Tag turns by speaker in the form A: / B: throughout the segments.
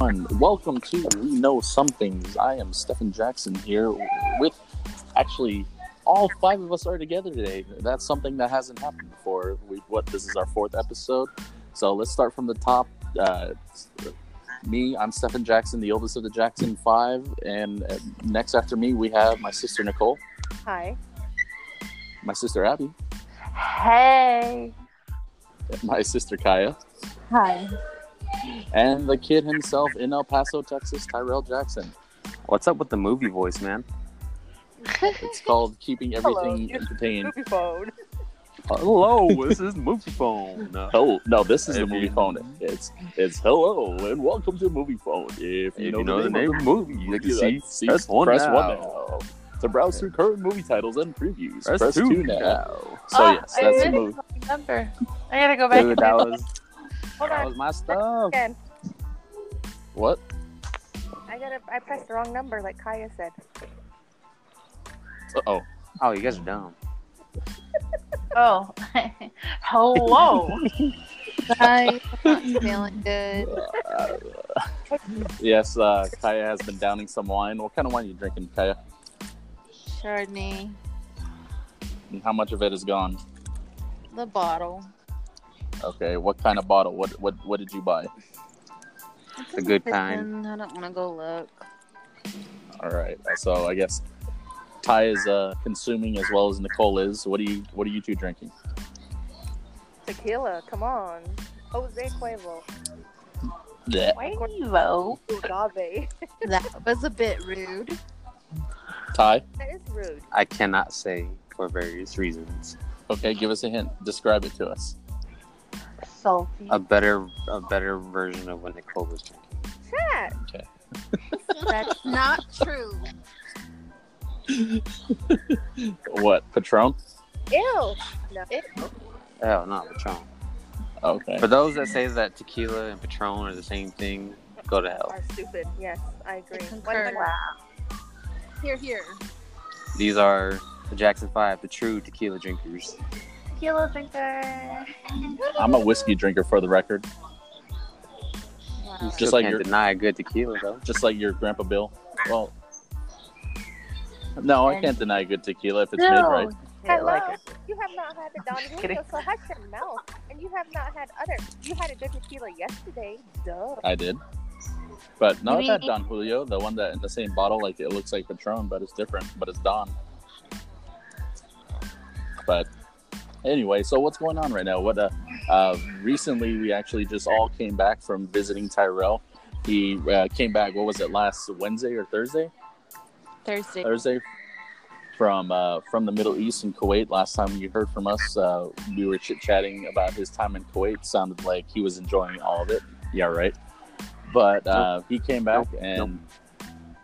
A: everyone. Welcome to We Know Some Things. I am Stephen Jackson here with actually all five of us are together today. That's something that hasn't happened before. We what this is our fourth episode. So let's start from the top. Uh, me, I'm Stephen Jackson, the oldest of the Jackson Five, and uh, next after me we have my sister Nicole,
B: Hi.
A: my sister Abby,
B: Hey.
A: my sister Kaya,
B: Hi.
A: and the kid himself in El Paso, Texas, Tyrell Jackson.
C: What's up with the movie voice, man?
A: It's called keeping
B: Hello,
A: everything
B: dude.
A: entertained.
B: Movie phone.
C: Hello, this is Movie Phone. Uh,
A: Oh no, this is the
C: If
A: movie
C: you-
A: phone. It's it's hello and welcome to movie phone. If you,
C: if you know the name of the movie, you
A: movie,
C: can see.
A: like, see,
C: press one now.
A: To browse through current movie titles and previews,
C: Press, two, now.
A: So
B: Ah,
A: yes,
B: I
A: that's the
B: really
A: movie.
B: don't remember. I gotta go back.
C: Dude,
B: and
C: that was
B: Hold
A: That
B: on.
A: was my stuff.
B: Again.
A: What?
B: I gotta. I pressed the wrong number, like Kaya said.
A: Uh oh.
C: oh, you guys are dumb.
D: Oh, hello.
E: Hi, not feeling good.
A: Yes, uh, Kaya has been downing some wine. What kind of wine are you drinking, Kaya?
E: Chardonnay,
A: And how much of it is gone?
E: the bottle.
A: Okay, what kind of bottle? What what what did you buy?
C: A good kind.
E: Listen, I don't want to go look.
A: All right. So I guess Ty is uh, consuming as well as Nicole is. What do you what are you two drinking?
B: Tequila. Come on. Jose Cuervo.
A: Yeah.
D: Quavo.
B: Agave.
E: That was a bit rude.
A: Ty.
B: That is rude.
C: I cannot say for various reasons.
A: Okay, give us a hint. Describe it to us.
D: Salty.
C: A better, a better version of what Nicole was drinking.
B: Chat.
E: That's not true.
A: What? Patron?
B: Ew. No.
C: Oh, not Patron.
A: Okay.
C: For those that say that tequila and Patron are the same thing, go to hell.
B: Are stupid. Yes, I agree.
E: I
B: What am I-
E: concur. Here, here.
C: These are the Jackson Five, the true tequila drinkers.
D: Tequila drinker.
A: I'm a whiskey drinker for the record.
E: Wow.
A: Just
C: Still
A: like
C: can't
A: your-
C: deny a good tequila though.
A: Just like your grandpa Bill. Well No, I can't deny good tequila if it's made right.
B: Hello.
D: like
B: You have not had the Don
D: kidding.
B: Julio, so hush your mouth. And you have not had other. You had a good tequila yesterday. Duh.
A: I did. But no, I've had
E: Really?
A: Don Julio, the one that in the same bottle, like it looks like Patron, but it's different, but it's Don. But anyway, so what's going on right now? What uh, uh recently we actually just all came back from visiting Tyrell. He uh, came back. What was it last Wednesday or Thursday?
E: Thursday.
A: Thursday from uh, from the Middle East and Kuwait. Last time you heard from us, uh, we were chit chatting about his time in Kuwait. Sounded like he was enjoying all of it. Yeah, right. But uh, he came back
C: Nope,
A: and.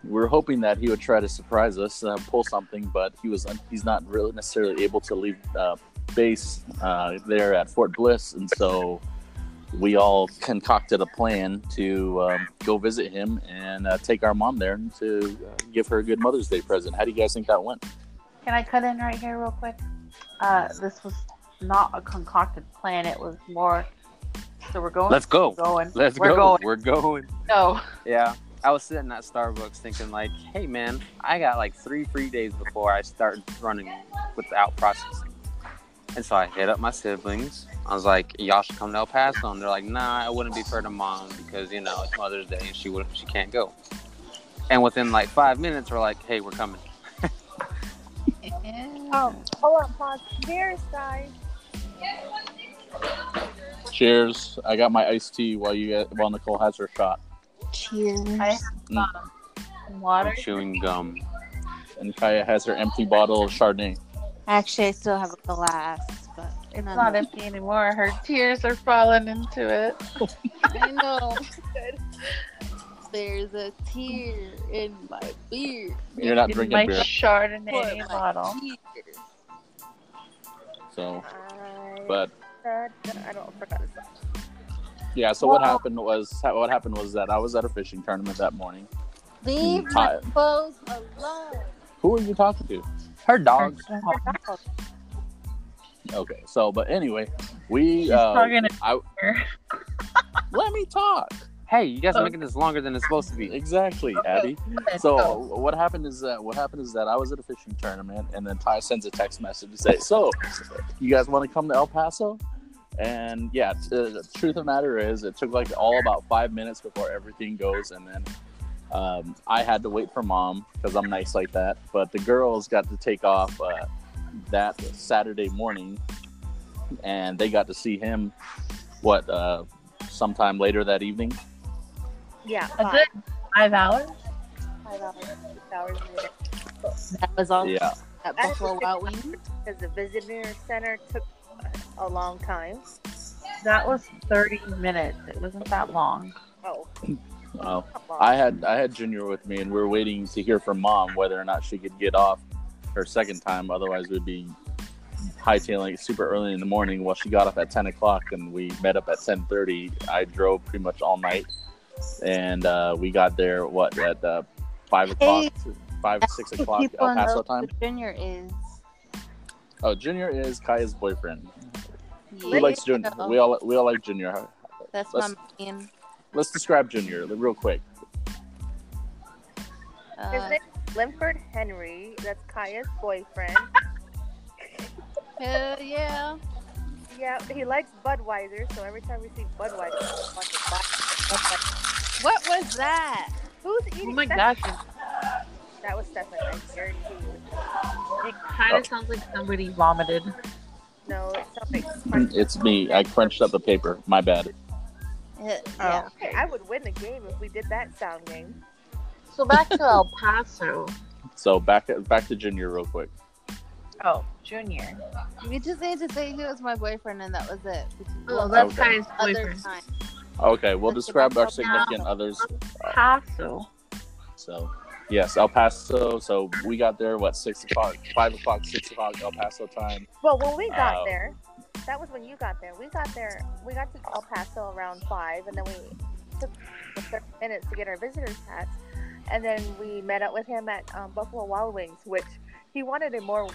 A: We were hoping that he would try to surprise us, uh, pull something, but he was he's not really necessarily able to leave uh, base uh, there at Fort Bliss, and so we all concocted a plan to um, go visit him and uh, take our mom there to uh, give her a good Mother's Day present. How do you guys think that went?
D: Can I cut in right here real quick? Uh, this was not a concocted plan. It was more. So we're going.
C: Let's go.
D: Going.
C: Let's
D: we're
C: go.
D: going.
C: We're going.
D: No.
C: Yeah. I was sitting at Starbucks thinking like, hey man, I got like three free days before I start running without processing. And so I hit up my siblings. I was like, y'all should come to El Paso. And they're like, nah, it wouldn't be fair to mom because, you know, it's Mother's Day and she would she can't go. And within like five minutes, we're like, hey, we're coming.
B: Um, hold on, pause. Cheers, guys.
A: Cheers! I got my iced tea while you get, while Nicole has her shot,
E: Cheers.
D: I um, water.
C: I'm chewing gum.
A: and Kaya has her empty bottle of Chardonnay.
E: Actually, I still have a glass, but
D: It's
E: none
D: not
E: of-
D: empty anymore. Her tears are falling into it.
E: I know. There's a tear in my beer.
A: You're not
D: in
A: drinking
D: my
A: beer,
E: For
D: Chardonnay
E: my
D: bottle.
E: tears.
A: so
B: I
A: but
B: said that- I don't forgot this.
A: yeah. So what
D: Wow.
A: happened was what happened was that I was at a fishing tournament that morning.
E: Leave my clothes alone.
A: Who are you talking to?
C: Her dog.
A: Okay, so but anyway, we
D: She's
A: uh,
D: talking to
A: I,
D: her.
A: let me talk.
C: hey, you guys are
D: Oh.
C: making this longer than it's supposed to be.
A: Exactly, Abby. So what happened is that what happened is that I was at a fishing tournament, and then Ty sends a text message to say, "So, you guys want to come to El Paso?" And yeah, t- uh, the truth of the matter is, it took like all about five minutes before everything goes, and then um, I had to wait for mom because I'm nice like that. But the girls got to take off uh, that Saturday morning, and they got to see him what uh, sometime later that evening.
B: Yeah,
D: A
B: five,
D: good five hours.
B: five hours, six hours later.
E: That was all
A: Yeah,
E: at
B: I-
E: Buffalo Wild Wings.
B: Because the visitor center took a long time.
D: That was 30 minutes. It wasn't that long.
B: Oh,
A: wow.
B: come on.
A: I had I had Junior with me, and we are waiting to hear from mom whether or not she could get off her second time. Otherwise, we'd be hightailing it super early in the morning. Well, she got off at ten o'clock, and we met up at ten thirty. I drove pretty much all night, and uh, we got there what at uh, five o'clock,
E: Hey.
A: five six o'clock El Paso time.
E: Junior is.
A: Oh, Junior is Kaya's boyfriend.
E: Yeah.
A: We like Junior. We all we all like Junior.
E: That's
A: let's-
E: my man.
A: Let's describe Junior real quick.
B: His
E: Uh,
B: name is Limford Henry. That's Kaya's boyfriend.
E: hell yeah.
B: Yeah, he likes Budweiser, so every time we see Budweiser, we want to buy it. I'm like,
E: What was that?
B: Who's
D: Oh
B: eating
D: my
B: that?
D: gosh,
B: That was Stefan. I guarantee you.
D: it kind
A: Oh.
D: of sounds like somebody vomited.
B: No, it sounds like crunch.
A: Mm, It's me. I crunched up the paper. My bad.
E: Hell, yeah.
B: Hey, Oh, I would win the game if we did that sound game.
D: So back to El Paso.
A: So back back to Junior real quick.
D: Oh, Junior.
E: We just need to say he was my boyfriend and that was it.
D: Oh,
E: Because
D: that's
A: Okay.
D: Kai's
E: other
D: boyfriend.
E: time.
A: Okay, we'll
E: Let's
A: describe
E: get back
A: our
E: to
A: significant others.
D: Paso.
A: So, yes, El Paso. So we got there what six o'clock, five o'clock, six o'clock El Paso time.
B: Well, when we got
A: Oh.
B: there, that was when you got there. We got there. We got to El Paso around five, and then we took the thirty minutes to get our visitors hats, and then we met up with him at um, Buffalo Wild Wings, which he wanted a more.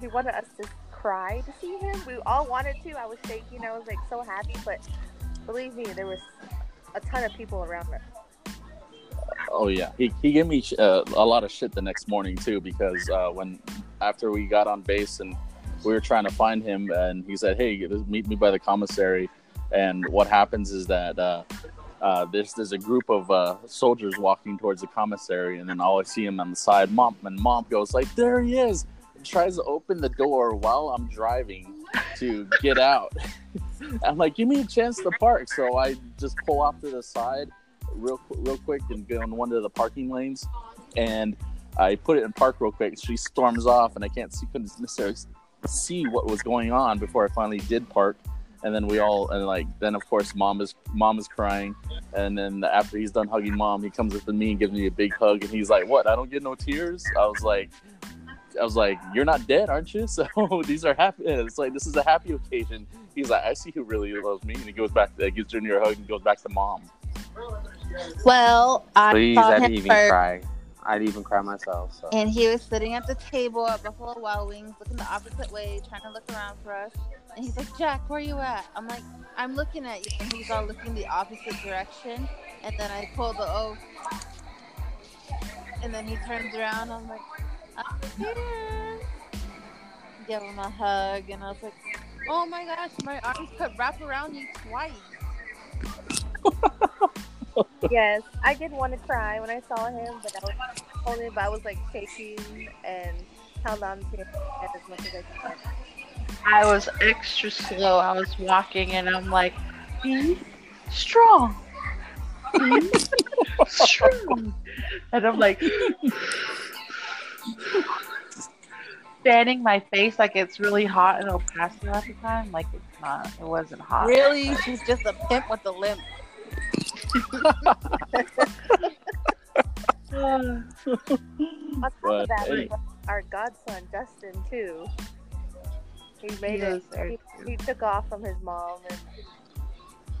B: He wanted us to cry to see him. We all wanted to. I was shaking. I was like so happy, but believe me, there was a ton of people around us.
A: Oh yeah, he, he gave me uh, a lot of shit the next morning too because uh, when after we got on base and we were trying to find him and he said, "Hey, meet me by the commissary." And what happens is that uh, uh, there's there's a group of uh, soldiers walking towards the commissary, and then all I see him on the side, mom, and mom goes like, "There he is!" and tries to open the door while I'm driving to get out. I'm like, "Give me a chance to park," so I just pull off to the side real real quick and go in one of the parking lanes, and I put it in park real quick. She storms off, and I can't see couldn't necessarily see what was going on before I finally did park. And then we all and like then of course mom is mom is crying, and then after he's done hugging mom, he comes up to me and gives me a big hug, and he's like, "What? I don't get no tears?" I was like. I was like, "You're not dead, aren't you?" So these are happy. It's like this is a happy occasion. He's like, "I see who really loves me," and he goes back, to, gives Junior a hug, and goes back to mom.
E: Well, I
C: Please,
E: saw
C: I'd
E: him
C: even
E: first,
C: cry. I'd even cry myself. So.
E: and he was sitting at the table at Buffalo Wild Wings, looking the opposite way, trying to look around for us. And he's like, "Jack, where you at?" I'm like, "I'm looking at you," and he's all looking the opposite direction. And then I pull the O, and then he turns around. I'm like, "I'm here." Give him a hug, and I was like, "Oh my gosh, my arms could wrap around you twice."
B: yes, I did want to cry when I saw him, but I was holding, but I was like shaking and held on to him as much as I could.
D: I was extra slow. I was walking and I'm like, be strong. Be strong. And I'm like, fanning my face like it's really hot in El Paso at the time. Like it's not. It wasn't hot.
E: Really, she's just a pimp with a limp.
D: Uh,
B: On top
A: But,
B: of that,
A: hey.
B: our godson Justin too. He made
D: He
B: it.
D: was there,
B: He,
D: too.
B: he took off from his mom and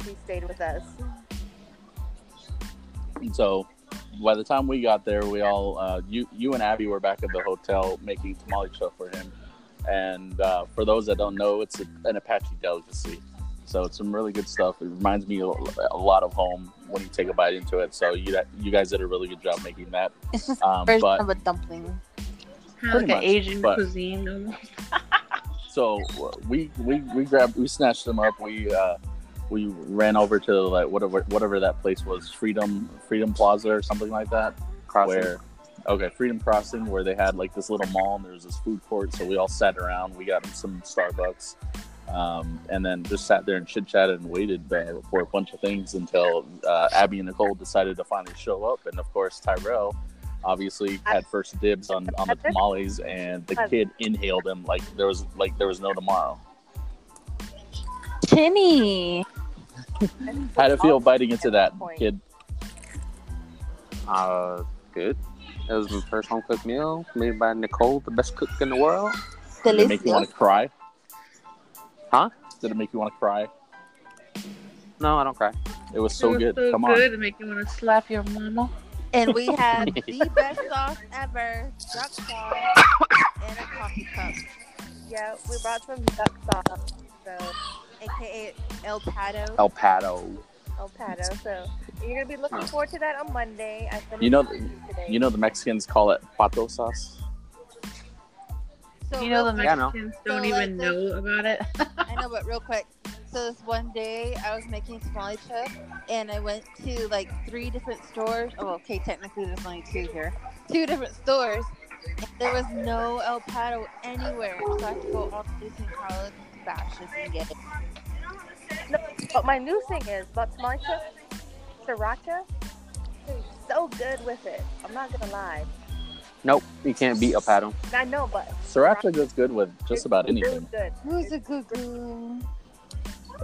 B: he stayed with us.
A: So by the time we got there, we all uh, you you and Abby were back at the hotel making tamale chuck for him. And uh, for those that don't know, it's a, an Apache delicacy. So it's some really good stuff. It reminds me a a lot of home when you take a bite into it. So you you guys did a really good job making that.
E: It's just
A: Um,
E: a version
A: but-
E: of a dumpling.
D: Kinda
A: Pretty
D: like
A: much,
D: an Asian
A: but-
D: cuisine. almost.
A: So we we we grabbed we snatched them up. We uh, we ran over to like whatever whatever that place was, Freedom Freedom Plaza or something like that.
C: Crossing.
A: where okay freedom crossing where they had like this little mall and there was this food court so we all sat around we got some starbucks um, and then just sat there and chit chatted and waited uh, for a bunch of things until uh, abby and nicole decided to finally show up and of course tyrell obviously had first dibs on, on the tamales and the kid inhaled them like there was like there was no tomorrow
E: Tinny.
A: how do you
B: Oh,
A: feel biting into that kid
C: Uh, good. It was my first home cooked meal made by Nicole, the best cook in the world.
A: did it make you want
E: Delicious.
A: to cry
C: Huh?
A: did it make you want to cry
C: No, I don't cry.
A: it was so
D: It was
A: good
D: So
A: come on
D: good to make you want to slap your mama.
E: And we had the best sauce ever. Duck sauce and a coffee cup.
B: Yeah, we brought some duck sauce, so
E: AKA El Pato.
A: el pato
B: El Pato. So you're gonna be looking forward to that on Monday. I finished
A: You know-
B: mine today.
A: You know the Mexicans call it pato sauce.
E: So
D: You know the
E: real quick-
C: Yeah, I know.
D: Mexicans don't
E: So, like,
D: even know about it.
E: I know, but real quick. So this one day I was making tamale chips, and I went to like three different stores. Oh, okay, technically there's only two here. Two different stores. And there was no El Pato anywhere, so I had to go all the way to College and Bashes and get it.
B: But my new thing is about tamale chips, sriracha. is So good with it. I'm not gonna lie.
C: Nope, you can't beat a paddle.
B: I know, but
A: Sriracha goes good with just about anything.
B: Good.
E: Who's a good girl?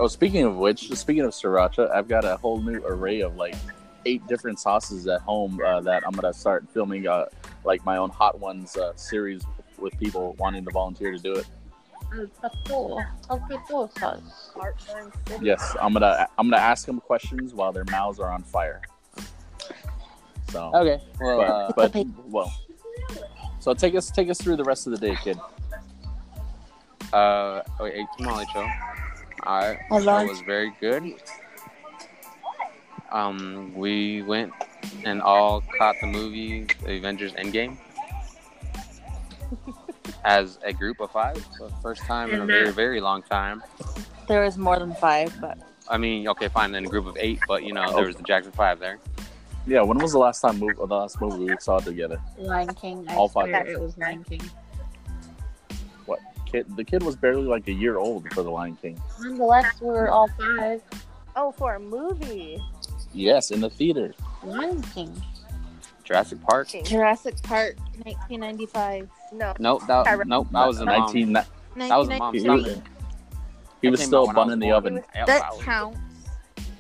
A: Oh, speaking of which, speaking of sriracha, I've got a whole new array of like eight different sauces at home uh, that I'm gonna start filming uh, like my own hot ones uh, series with people wanting to volunteer to do it.
D: El pato. El pato sauce.
B: Heartburn city.
A: Yes, I'm gonna I'm gonna ask them questions while their mouths are on fire. So,
C: Okay, well, uh,
A: but, but well, so take us take us through the rest of the day, kid.
C: uh, we ate tamale show. I
E: I
C: that
E: love
C: was very good. Um, we went and all caught the movie The Avengers Endgame as a group of five. So first time in a very, very long time.
E: There was more than five, but
C: I mean, okay, fine, then a group of eight, but you know, there was the Jackson Five there.
A: Yeah, when was the last time mov- the last movie we saw together?
D: Lion King. I
A: All five
D: swear
A: of
D: it was Lion King.
A: What kid? The kid was barely like a year old for The Lion King.
D: Nonetheless, we were all five.
B: Oh, for a movie.
A: Yes, in the theater.
D: Lion King.
C: Jurassic Park.
E: Jurassic Park, 1995.
B: No.
C: Nope, that, nope, that was in mom.
A: 19. That,
C: That was a mom.
A: he
C: Stop
A: was,
C: it.
A: he
C: That
A: was
C: came
A: still
C: out
A: a
C: when
A: bun
C: I
A: in the
C: was
A: oven.
C: born. Yep, I
E: That
C: was-
E: counts.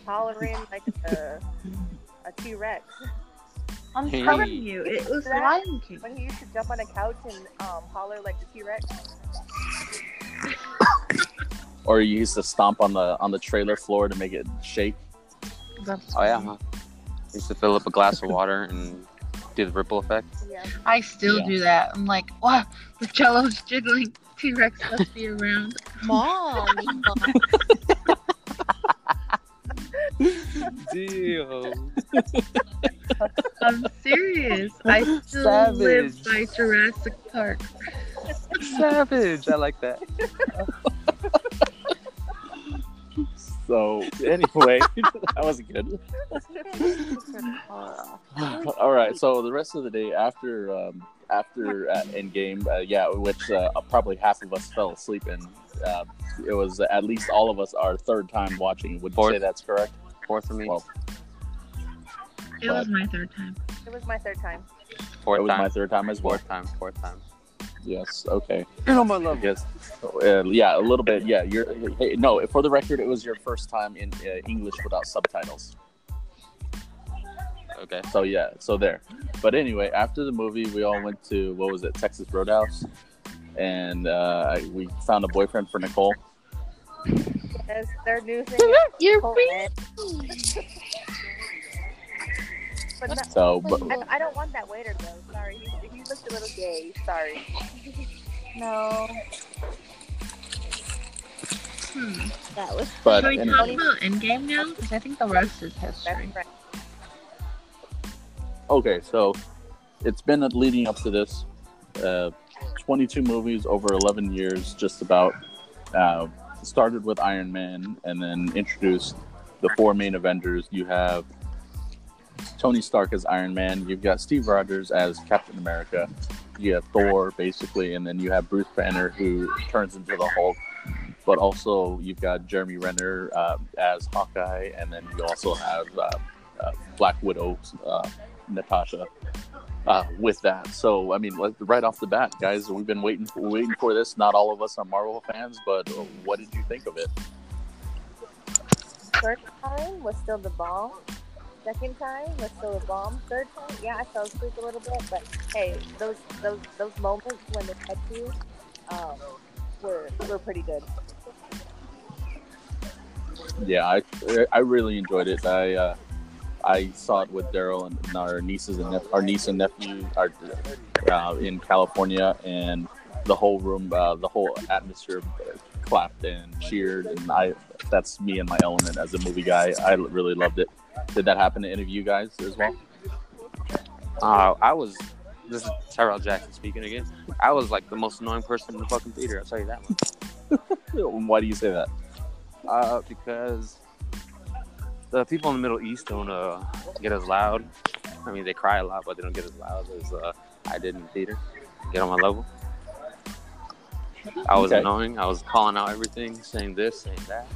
B: Hollering like a a T Rex.
D: I'm
C: Hey.
D: telling you, it was Lion King.
B: When he used to jump on a couch and um, holler like a T Rex.
A: Or you used to stomp on the on the trailer floor to make it shake.
D: That's
C: Oh yeah. Used to fill up a glass of water and do the ripple effect.
B: Yeah.
D: I still
A: Yeah.
D: do that. I'm like, wow, the cello's jiggling. T Rex must be around.
E: Mom.
C: Deal.
D: I'm serious. I still
C: Savage.
D: live by Jurassic Park.
C: Savage. I like that.
A: So anyway, that was good. All right. So the rest of the day after um, after uh, Endgame, uh, yeah, which uh, probably half of us fell asleep in. Uh, it was at least all of us our third time watching. Would you
C: Fourth.
A: say that's correct?
C: Fourth for me.
A: Well,
D: It was my third time.
B: It was my third time.
A: it
C: fourth
A: was
C: time.
A: my third time as well.
C: Fourth time. Fourth time.
A: Yes. Okay.
C: You know my love.
A: Yes. Uh, yeah, a little bit. Yeah, you're. Hey, no, for the record, it was your first time in uh, English without subtitles.
C: Okay.
A: So yeah, so there. But anyway, after the movie, we all went to what was it, Texas Roadhouse, and uh, I- we found a boyfriend for Nicole.
B: As their new thing.
D: You're
B: Nicole
D: free.
B: Ed. But not,
A: So, but,
B: I, I don't want that waiter though. Sorry, he, he looked a little gay. Sorry.
E: no.
D: Hmm.
E: That was
A: But
D: Can we
A: anyway,
D: talk about Endgame now? Because I think the rest is history.
B: Best friend.
A: okay, so it's been leading up to this. Uh, 22 movies over 11 years, just about. Uh, started with Iron Man and then introduced the four main Avengers. You have Tony Stark as Iron Man. You've got Steve Rogers as Captain America. You have Thor, basically, and then you have Bruce Banner, who turns into the Hulk. But also, you've got Jeremy Renner uh, as Hawkeye, and then you also have uh, uh, Black Widow, uh, Natasha. Uh, with that, so I mean, like, right off the bat, guys, we've been waiting, waiting for this. Not all of us are Marvel fans, but uh, what did you think of it?
B: First time was still the bomb. Second time was still the bomb. Third time, yeah, I fell asleep a little bit, but hey, those those those moments when they catch you, um, were were pretty good.
A: yeah, I I really enjoyed it. I uh, I saw it with Daryl and our nieces and nep- our niece and nephew are uh, in California, and the whole room, uh, the whole atmosphere clapped and cheered, and I that's me and my element as a movie guy. I really loved it. Did that happen to any of you guys as well?
C: Uh, I was. This is Tyrell Jackson speaking again. I was like the most annoying person in the fucking theater. I'll tell you that much.
A: Why do you say that?
C: Uh, because the people in the Middle East don't uh, get as loud. I mean, they cry a lot, but they don't get as loud as uh, I did in the theater. Get on my level. I was
A: Okay.
C: annoying. I was calling out everything, saying this, saying that.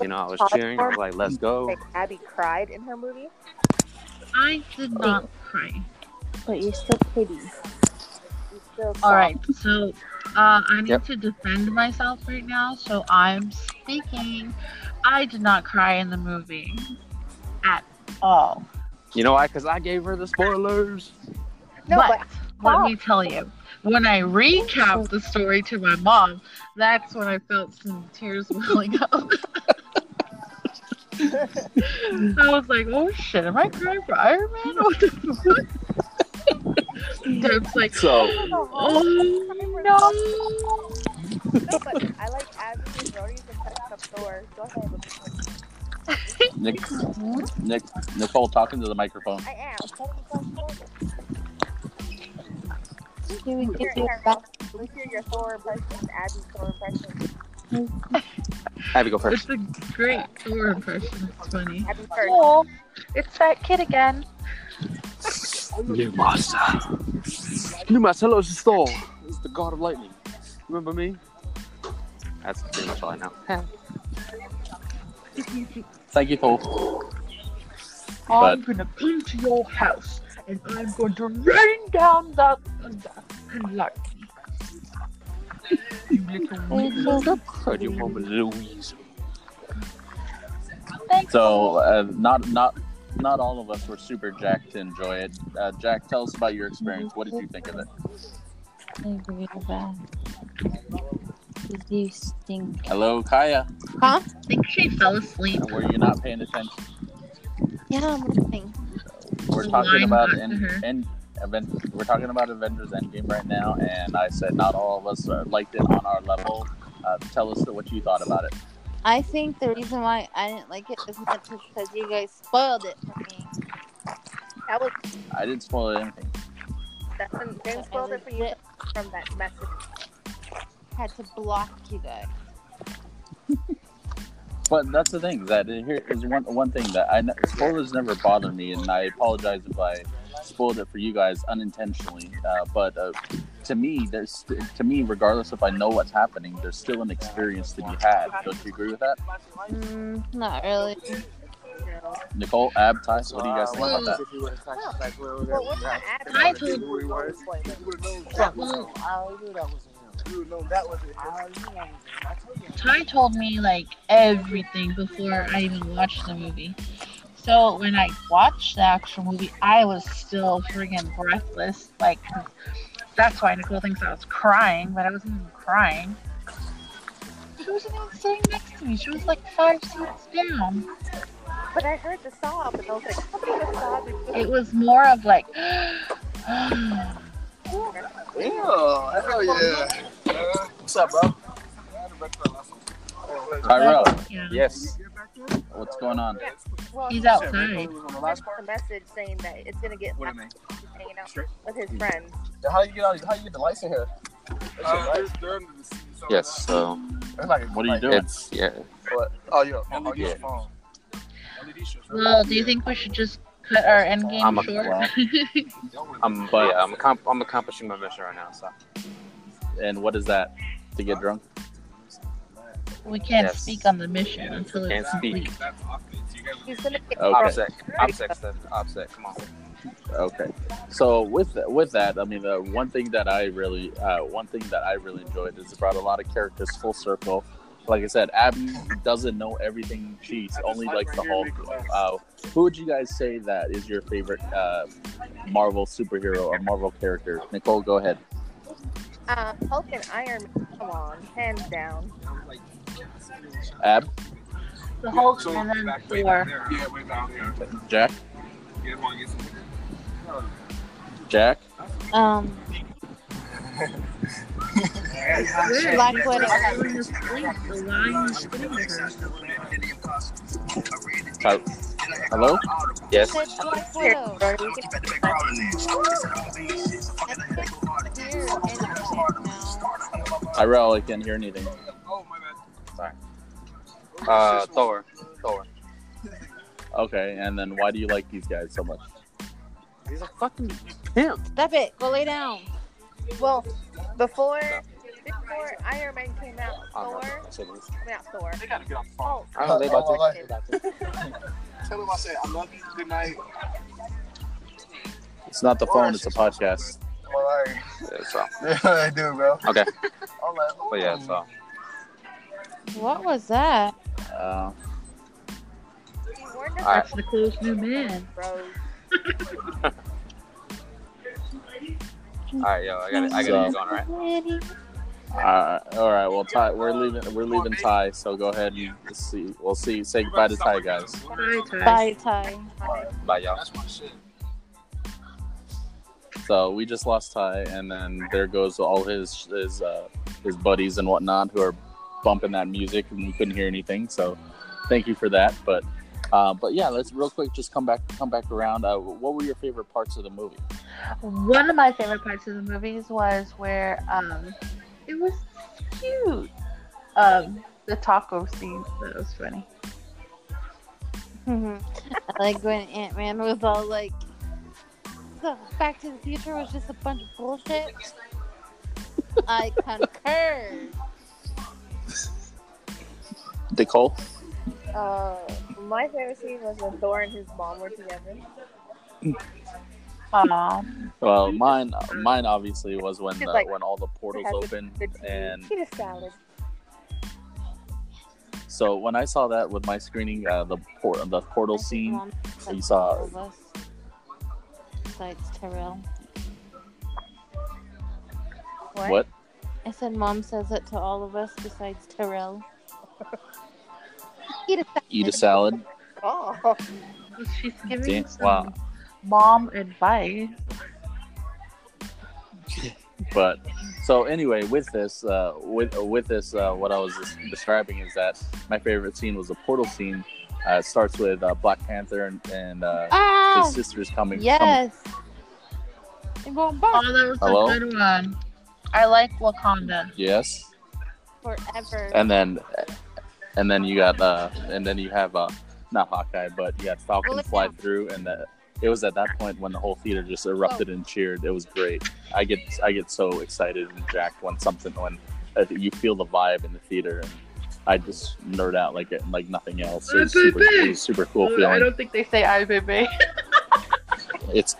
C: You know, I was cheering. I was like, "Let's go!"
B: Like Abby cried in her movie,
D: I did not cry.
E: but you're still pretty.
B: you still saw
D: All right, so uh, I need
C: Yep.
D: to defend myself right now, so I'm speaking. I did not cry in the movie at all.
C: You know why? Because I gave her the spoilers.
B: No,
D: but, let
B: Stop.
D: me tell you, when I recap the story to my mom, that's when I felt some tears welling up. I was like, oh shit, am I crying for Iron Man? What the fuck? Deb's like,
A: So
D: oh no.
B: No, but I like Abby and Rody's impression of Thor. Go ahead.
A: Nick, Nick, Nicole, talking to the microphone.
B: I am. Tell me something.
E: Here we
B: We hear,
E: go.
B: your- we hear your Thor impression, Abby's Thor impression.
C: Abby, go first.
D: It's a great Thor impression. It's funny.
B: Abby first.
D: Oh, it's that kid again.
C: You master. You master, hello, it's Thor. It's the god of lightning. Remember me? That's pretty much all I know.
A: Thank you, Cole.
D: I'm gonna come to your house and I'm going to rain down that thunder and lightning.
C: Heard your woman Louise.
A: So uh, not not not all of us were super jacked to enjoy it. Uh, Jack, tell us about your experience. What did you think of it?
E: You stink.
A: Hello, Kaya.
E: Huh?
D: I think she fell asleep.
A: Were you not paying attention?
E: Yeah, I'm listening.
A: We're
D: The
A: talking
D: line
A: about
D: got to
A: end,
D: her.
A: end event. We're talking about Avengers Endgame right now, and I said not all of us uh, liked it on our level. Uh, tell us what you thought about it.
E: I think the reason why I didn't like it is not just because you guys spoiled it for me.
B: That was
A: I didn't spoil anything.
B: that's an, James
E: I
B: spoiled it for you
E: legit
B: from that message.
E: had to block you guys.
A: But that's the thing that uh, here is one one thing that I ne- spoilers never bother me, and I apologize if I spoiled it for you guys unintentionally. Uh, but uh, to me, there's to me, regardless if I know what's happening, there's still an experience to be had. Don't you agree with that,
E: Mm, not really.
A: Nicole? Ab, Ty, what do you guys think about that?
B: Well, we're not Abby.
D: I told- Ty told me like everything before I even watched the movie. So when I watched the actual movie, I was still friggin' breathless. Like that's why Nicole thinks I was crying, but I wasn't even crying. She wasn't even sitting next to me. She was like five seats down.
B: But I heard the sob, and I was like, something was sobbing.
D: It was more of like,
F: Ew, hell yeah. Uh, what's up, bro?
A: Tyrell,
D: Yeah.
A: yes. What's going on?
B: Well,
D: He's
B: he
D: out.
B: sent us a message saying that it's gonna get
F: What do you mean?
B: back to hanging out with his friends.
G: How you get on? How you get the lights in here?
F: Uh, they're- they're under the sea, so
C: Yes, so
G: It's like a-
A: What are you
G: like-
A: doing?
C: it's yeah.
G: What? Oh, you're
F: I'm
G: oh,
F: not-
G: you're
F: Yeah.
G: phone.
F: LED shows.
D: Well, do you think we should just cut our end game
C: I'm a-
D: short?
A: well,
C: I'm Um, but yeah, I'm accom- I'm accomplishing my mission right now. So
A: And what is that? To get drunk?
D: we can't
C: yes.
D: speak on the mission until
C: Can't
D: it's complete.
C: speak.
F: That's off limits. You guys
B: He's gonna get
A: Okay.
B: drunk.
C: Opsec, opsec stuff, opsec. Come on.
A: Okay. So with that, with that, I mean, the one thing that I really, uh, one thing that I really enjoyed is it brought a lot of characters full circle. Like I said, Abby doesn't know everything. She only likes the Hulk. Uh, who would you guys say that is your favorite uh, Marvel superhero or Marvel character? Nicole, go ahead.
B: Uh, Hulk and Iron Man, come on, hands down.
A: Ab,
D: The Hulk and then Thor.
F: Yeah, way back there.
A: Jack,
F: Yeah, come on, get some-
A: Jack.
E: Um, Black Widow.
D: The line is clear.
A: Ty- Hello.
C: Yes.
E: said Black
B: Here,
E: Widow.
B: Brody, you can-
E: That's just weird and shit now.
A: Tyrell, I can't hear anything.
F: Oh, my bad.
C: Uh, Thor, Thor.
A: Okay, and then why do you like these guys so much?
C: He's a fucking pimp.
E: Stop it. Go lay down.
B: Well, before before Iron Man came out,
C: Oh,
B: Thor,
C: no,
B: I mean, not Thor,
F: They gotta get on the phone.
B: Hulk.
C: I don't know they about to.
G: Like,
F: Oh. Tell them I said, I love you, good night.
A: It's not the phone; it's a podcast.
G: well, like,
C: Yeah, so,
G: yeah, I do, bro.
C: Okay.
G: I'm like,
C: but yeah, so
E: What was that?
A: Uh,
B: He warned us
C: Alright.
D: That's the close new man.
B: bros.
C: all right, yo, I gotta, I gotta
A: So-
C: get going, right?
A: Uh, all right. Well, Ty, we're leaving. We're leaving Ty. So go ahead and let's see. We'll see. Say goodbye to Ty, guys.
E: Bye, Ty.
C: Bye, y'all.
F: That's my shit.
A: So we just lost Ty, and then there goes all his his uh, his buddies and whatnot who are bumping that music, and we couldn't hear anything. So thank you for that. But uh, but yeah, let's real quick just come back come back around. Uh, what were your favorite parts of the movie?
D: One of my favorite parts of the movies was where um, it was cute. Um, the taco scene that was funny.
E: I like when Ant Man was all like, "The Back to the Future was just a bunch of bullshit. I concur.
A: Nicole.
B: Uh, my favorite scene was when Thor and his mom were together.
D: Aw.
A: Well, mine mine obviously was when
B: She's
A: the,
B: like-
A: when all the portals opened
B: The tea.
A: and
B: She just sounded.
A: So when I saw that with my screening, uh, the port, the portal scene, You saw-
E: Besides Terrell.
B: What?
A: what?
E: I said mom says it to all of us besides Terrell.
A: Eat a salad.
B: Oh,
D: She's giving
A: Damn,
D: some
A: wow.
D: mom advice.
A: But so anyway, with this, uh, with with this, uh, what I was des- describing is that my favorite scene was the portal scene. Uh, it starts with uh, Black Panther and, and uh,
E: Ah!
A: his sisters coming. coming-
E: Yes! It won't bump
D: Oh, that was
A: Hello?
D: a good one. I like Wakanda.
A: yes.
E: forever.
A: And then, and then you got, uh, and then you have uh, not Hawkeye, but you had Falcon
E: Well,
A: fly
E: yeah.
A: through, and that it was at that point when the whole theater just erupted
E: Oh.
A: and cheered. It was great. I get I get so excited and jacked when something when uh, you feel the vibe in the theater, and I just nerd out like it like nothing else. It was super, it was super cool
D: I
A: feeling.
D: don't think they say I baby.
A: It's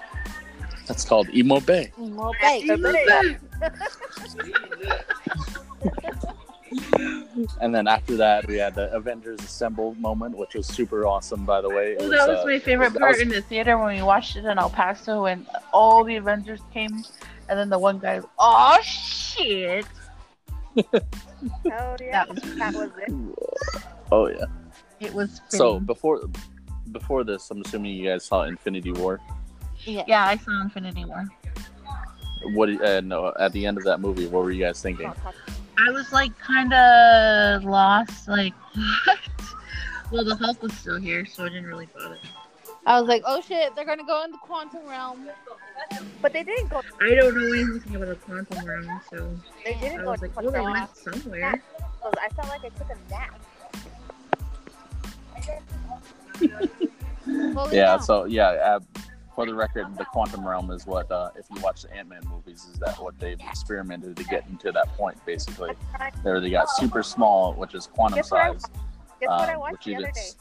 A: that's called emo bay.
E: More
B: Hey,
E: bacon.
A: And then after that, we had the Avengers Assemble moment, which was super awesome. By the way, It
D: Well, that was
A: uh,
D: my favorite
A: that
D: part
A: was-
D: in the theater when we watched it in El Paso when all the Avengers came, and then the one guy, oh shit!
B: hell yeah.
D: That
B: That was it.
A: uh, oh yeah.
D: It was
A: So
D: fitting.
A: before before this, I'm assuming you guys saw Infinity War.
E: Yeah.
D: Yeah, I saw Infinity War.
A: What uh, no, at the end of that movie, what were you guys thinking?
B: Talk, talk.
D: I was like kind of lost, like what? Well, the Hulk was still here, so I didn't really bother.
E: I was like, oh shit, they're gonna go in the quantum realm.
B: But they didn't go.
D: I don't know anything about the quantum realm, so
B: They
D: I
B: didn't go.
D: was
B: to
D: like, oh, they
B: Quantum
D: went somewhere.
B: Realm. I felt like I took a nap.
E: Well, we
A: Yeah.
E: know.
A: So yeah, uh, for the record, the quantum realm is what uh, if you watch the Ant Man movies, is that what they've experimented to get into that point? Basically, they already got super small, which is quantum
B: Guess what I-
A: size,
B: Guess what I
A: um,
B: watched
A: which you
B: the other
A: did
B: day?
A: s-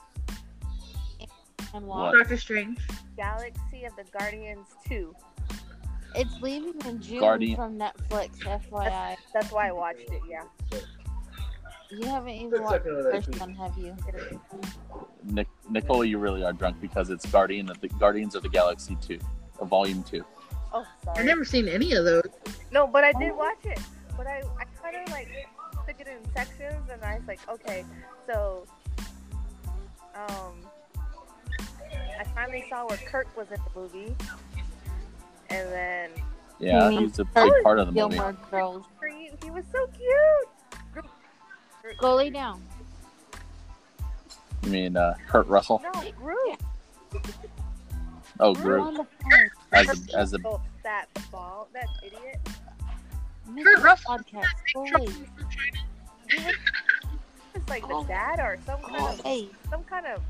E: I'm
A: what?
E: lost.
D: Doctor Strange.
B: Galaxy of the Guardians 2.
E: It's leaving in June
A: Guardian-
E: from Netflix, FYI.
B: That's why I watched it. Yeah.
E: You haven't even watched the first one, have you?
A: Nic- Nicole, you really are drunk because it's Guardian of the Guardians of the Galaxy Two, uh, Volume Two.
B: Oh,
D: I've
B: sorry.
D: never seen any of those.
B: No, but I did watch it. But I, I kind of like took it in sections, and I was like, okay, so, um, I finally saw where Kirk was in the movie, and then
A: Yeah,
E: Mhm.
A: he's a big part of the movie.
E: Gilmore Girls.
B: he, he was so cute. Groot. Groot.
E: Go lay down.
A: I mean, uh, Kurt Russell.
B: No, Groot.
A: Oh,
E: We're
A: Groot
E: on the phone.
A: as the, as the
B: Oh, that ball, that idiot.
E: Make
D: Kurt
E: a
D: Russell.
E: Podcast. Go lay.
B: It's like the dad or some kind of
E: Hey,
B: some kind of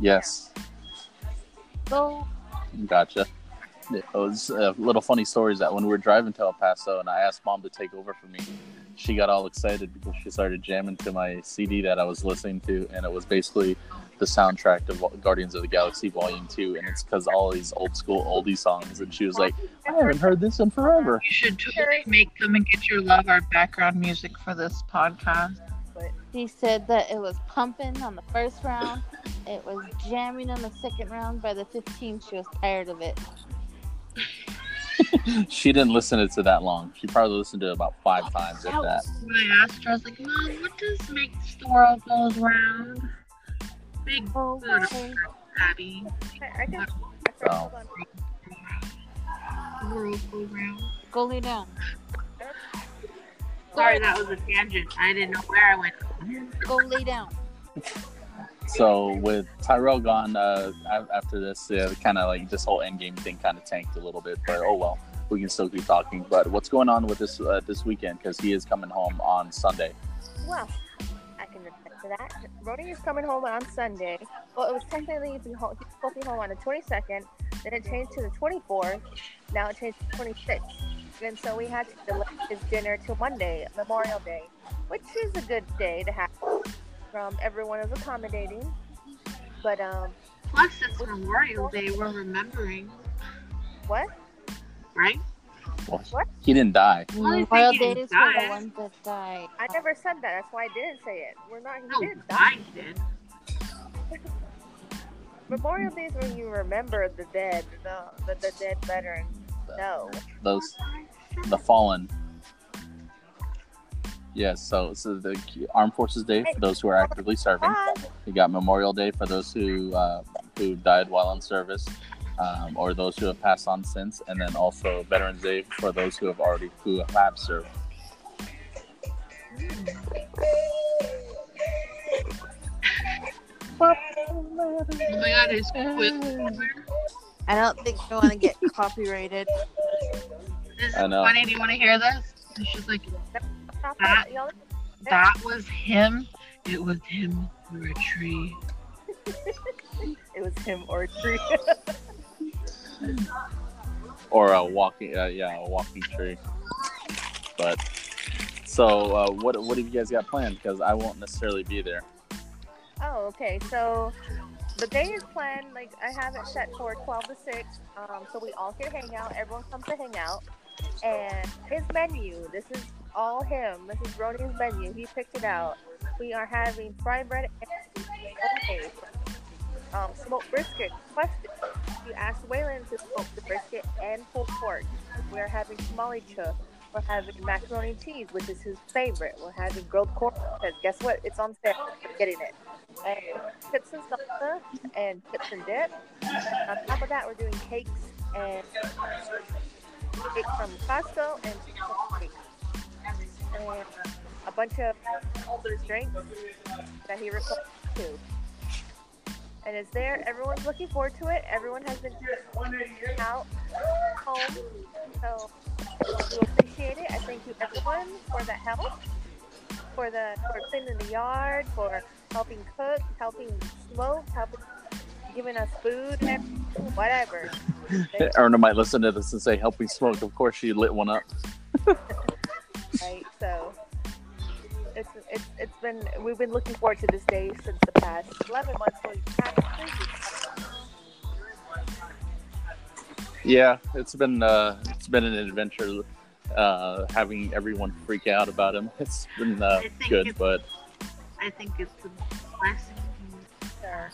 A: yes.
E: go.
A: Gotcha. It was uh, little funny stories that when we were driving to El Paso and I asked mom to take over for me, she got all excited because she started jamming to my CD that I was listening to, and it was basically the soundtrack of Guardians of the Galaxy Volume Two, and it's because all these old school oldie songs, and she was like, "I haven't heard this in forever."
D: You should totally make "Come and Get Your Love" our background music for this podcast.
E: He said that it was pumping on the first round. It was jamming on the second round. By the 15th, she was tired of it.
A: She didn't listen to it to that long. She probably listened to it about five times if that.
D: When I asked her, I was like, "Mom, what does makes the world go round?" Big
E: Oh,
D: Buddha,
E: okay.
D: Patty.
B: I, I can. I can
A: Oh.
B: hold on.
D: World go round.
E: Go lay down.
D: Sorry, that was a tangent. I didn't know where I went.
E: Go lay down.
A: So with Tyrell gone uh, a- after this, uh, kind of like this whole Endgame thing kind of tanked a little bit. But oh well, we can still keep talking. But what's going on with this uh, this weekend? Because he is coming home on Sunday.
B: Well, I can attest to that. Rodney is coming home on Sunday. Well, it was technically he'd be home, he was supposed to be home on the 22nd. Then it changed to the 24th. Now it changed to 26th. And so we had to delay his dinner till Monday, Memorial Day, which is a good day to have. Um, everyone is accommodating. But um,
D: Plus, it's Memorial Day. We're remembering,
B: what?
D: right?
A: Well,
B: What?
A: He didn't die.
D: Only thing
E: Royal
D: he
E: days were
D: died.
E: the ones that died.
B: I never said that. That's why I didn't say it. We're not. He
D: No,
B: did die.
D: I did.
B: Memorial Day is when you remember the dead, the the, the dead veterans. No.
A: Those the fallen. Yes. So so the Armed Forces Day for those who are actively serving.
B: Bye.
A: You got Memorial Day for those who uh, who died while in service, um, or those who have passed on since, and then also Veterans Day for those who have already who have served.
D: Oh my god, it's quick.
E: I don't think I want to get copyrighted.
D: This is
A: I know.
D: funny. Do you want to hear this? And she's like,
B: Stop
D: That-
B: it, y'all.
D: that was him. It was him through a tree.
B: It was him or a tree.
A: or a walking uh, yeah a walking tree but so uh, what what have you guys got planned because i won't necessarily be there
B: oh, okay. So the day is planned. Like I have it set for twelve to six. Um, so we all can hang out. Everyone comes to hang out. And his menu. This is all him. This is Ronnie's menu. He picked it out. We are having fried bread and okay. Um, smoked brisket. Question: You asked Waylon to smoke the brisket and pulled pork. We're having tamale chuck. We're having macaroni and cheese, which is his favorite. We're having grilled corn because guess what? It's on sale. We're getting it. And chips and salsa and chips and dip. On top of that, we're doing cakes and cake from Costco and cake. and a bunch of drinks that he requested too. And it's there. Everyone's looking forward to it. Everyone has been out home, so we appreciate it. I thank you everyone for the help, for the for cleaning the yard, for helping cook, helping smoke, helping giving us food and everything, whatever. Thank you,
A: Erna might listen to this and say, "Help me smoke." Of course, she lit one up.
B: right? So it's it's it's been we've been looking forward to this day since the past eleven months. So you have
A: Yeah, it's been uh, it's been an adventure. Uh, having everyone freak out about him, it's been uh,
H: I think
A: good,
H: it's-
A: but
H: I think it's the blessing.
B: Sure.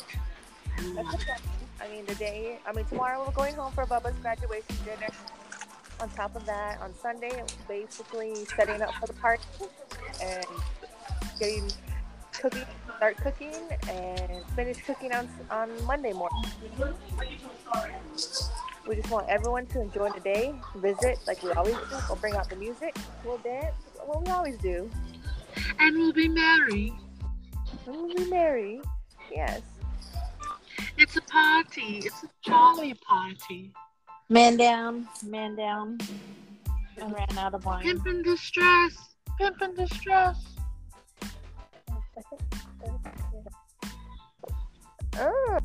H: and
B: That's okay. I mean, the day, I mean, tomorrow we're going home for Bubba's graduation dinner. On top of that, on Sunday, basically setting up for the party and getting cooking, start cooking, and finish cooking on, on Monday morning. We just want everyone to enjoy the day, visit like we always do. We'll bring out the music, we'll dance, what we always do.
H: And we'll be married.
B: We'll be merry. Yes.
H: It's a party. It's a jolly party.
E: Man down, man down. I ran out of wine.
H: Pimp in distress. Pimp in distress.
B: Oh,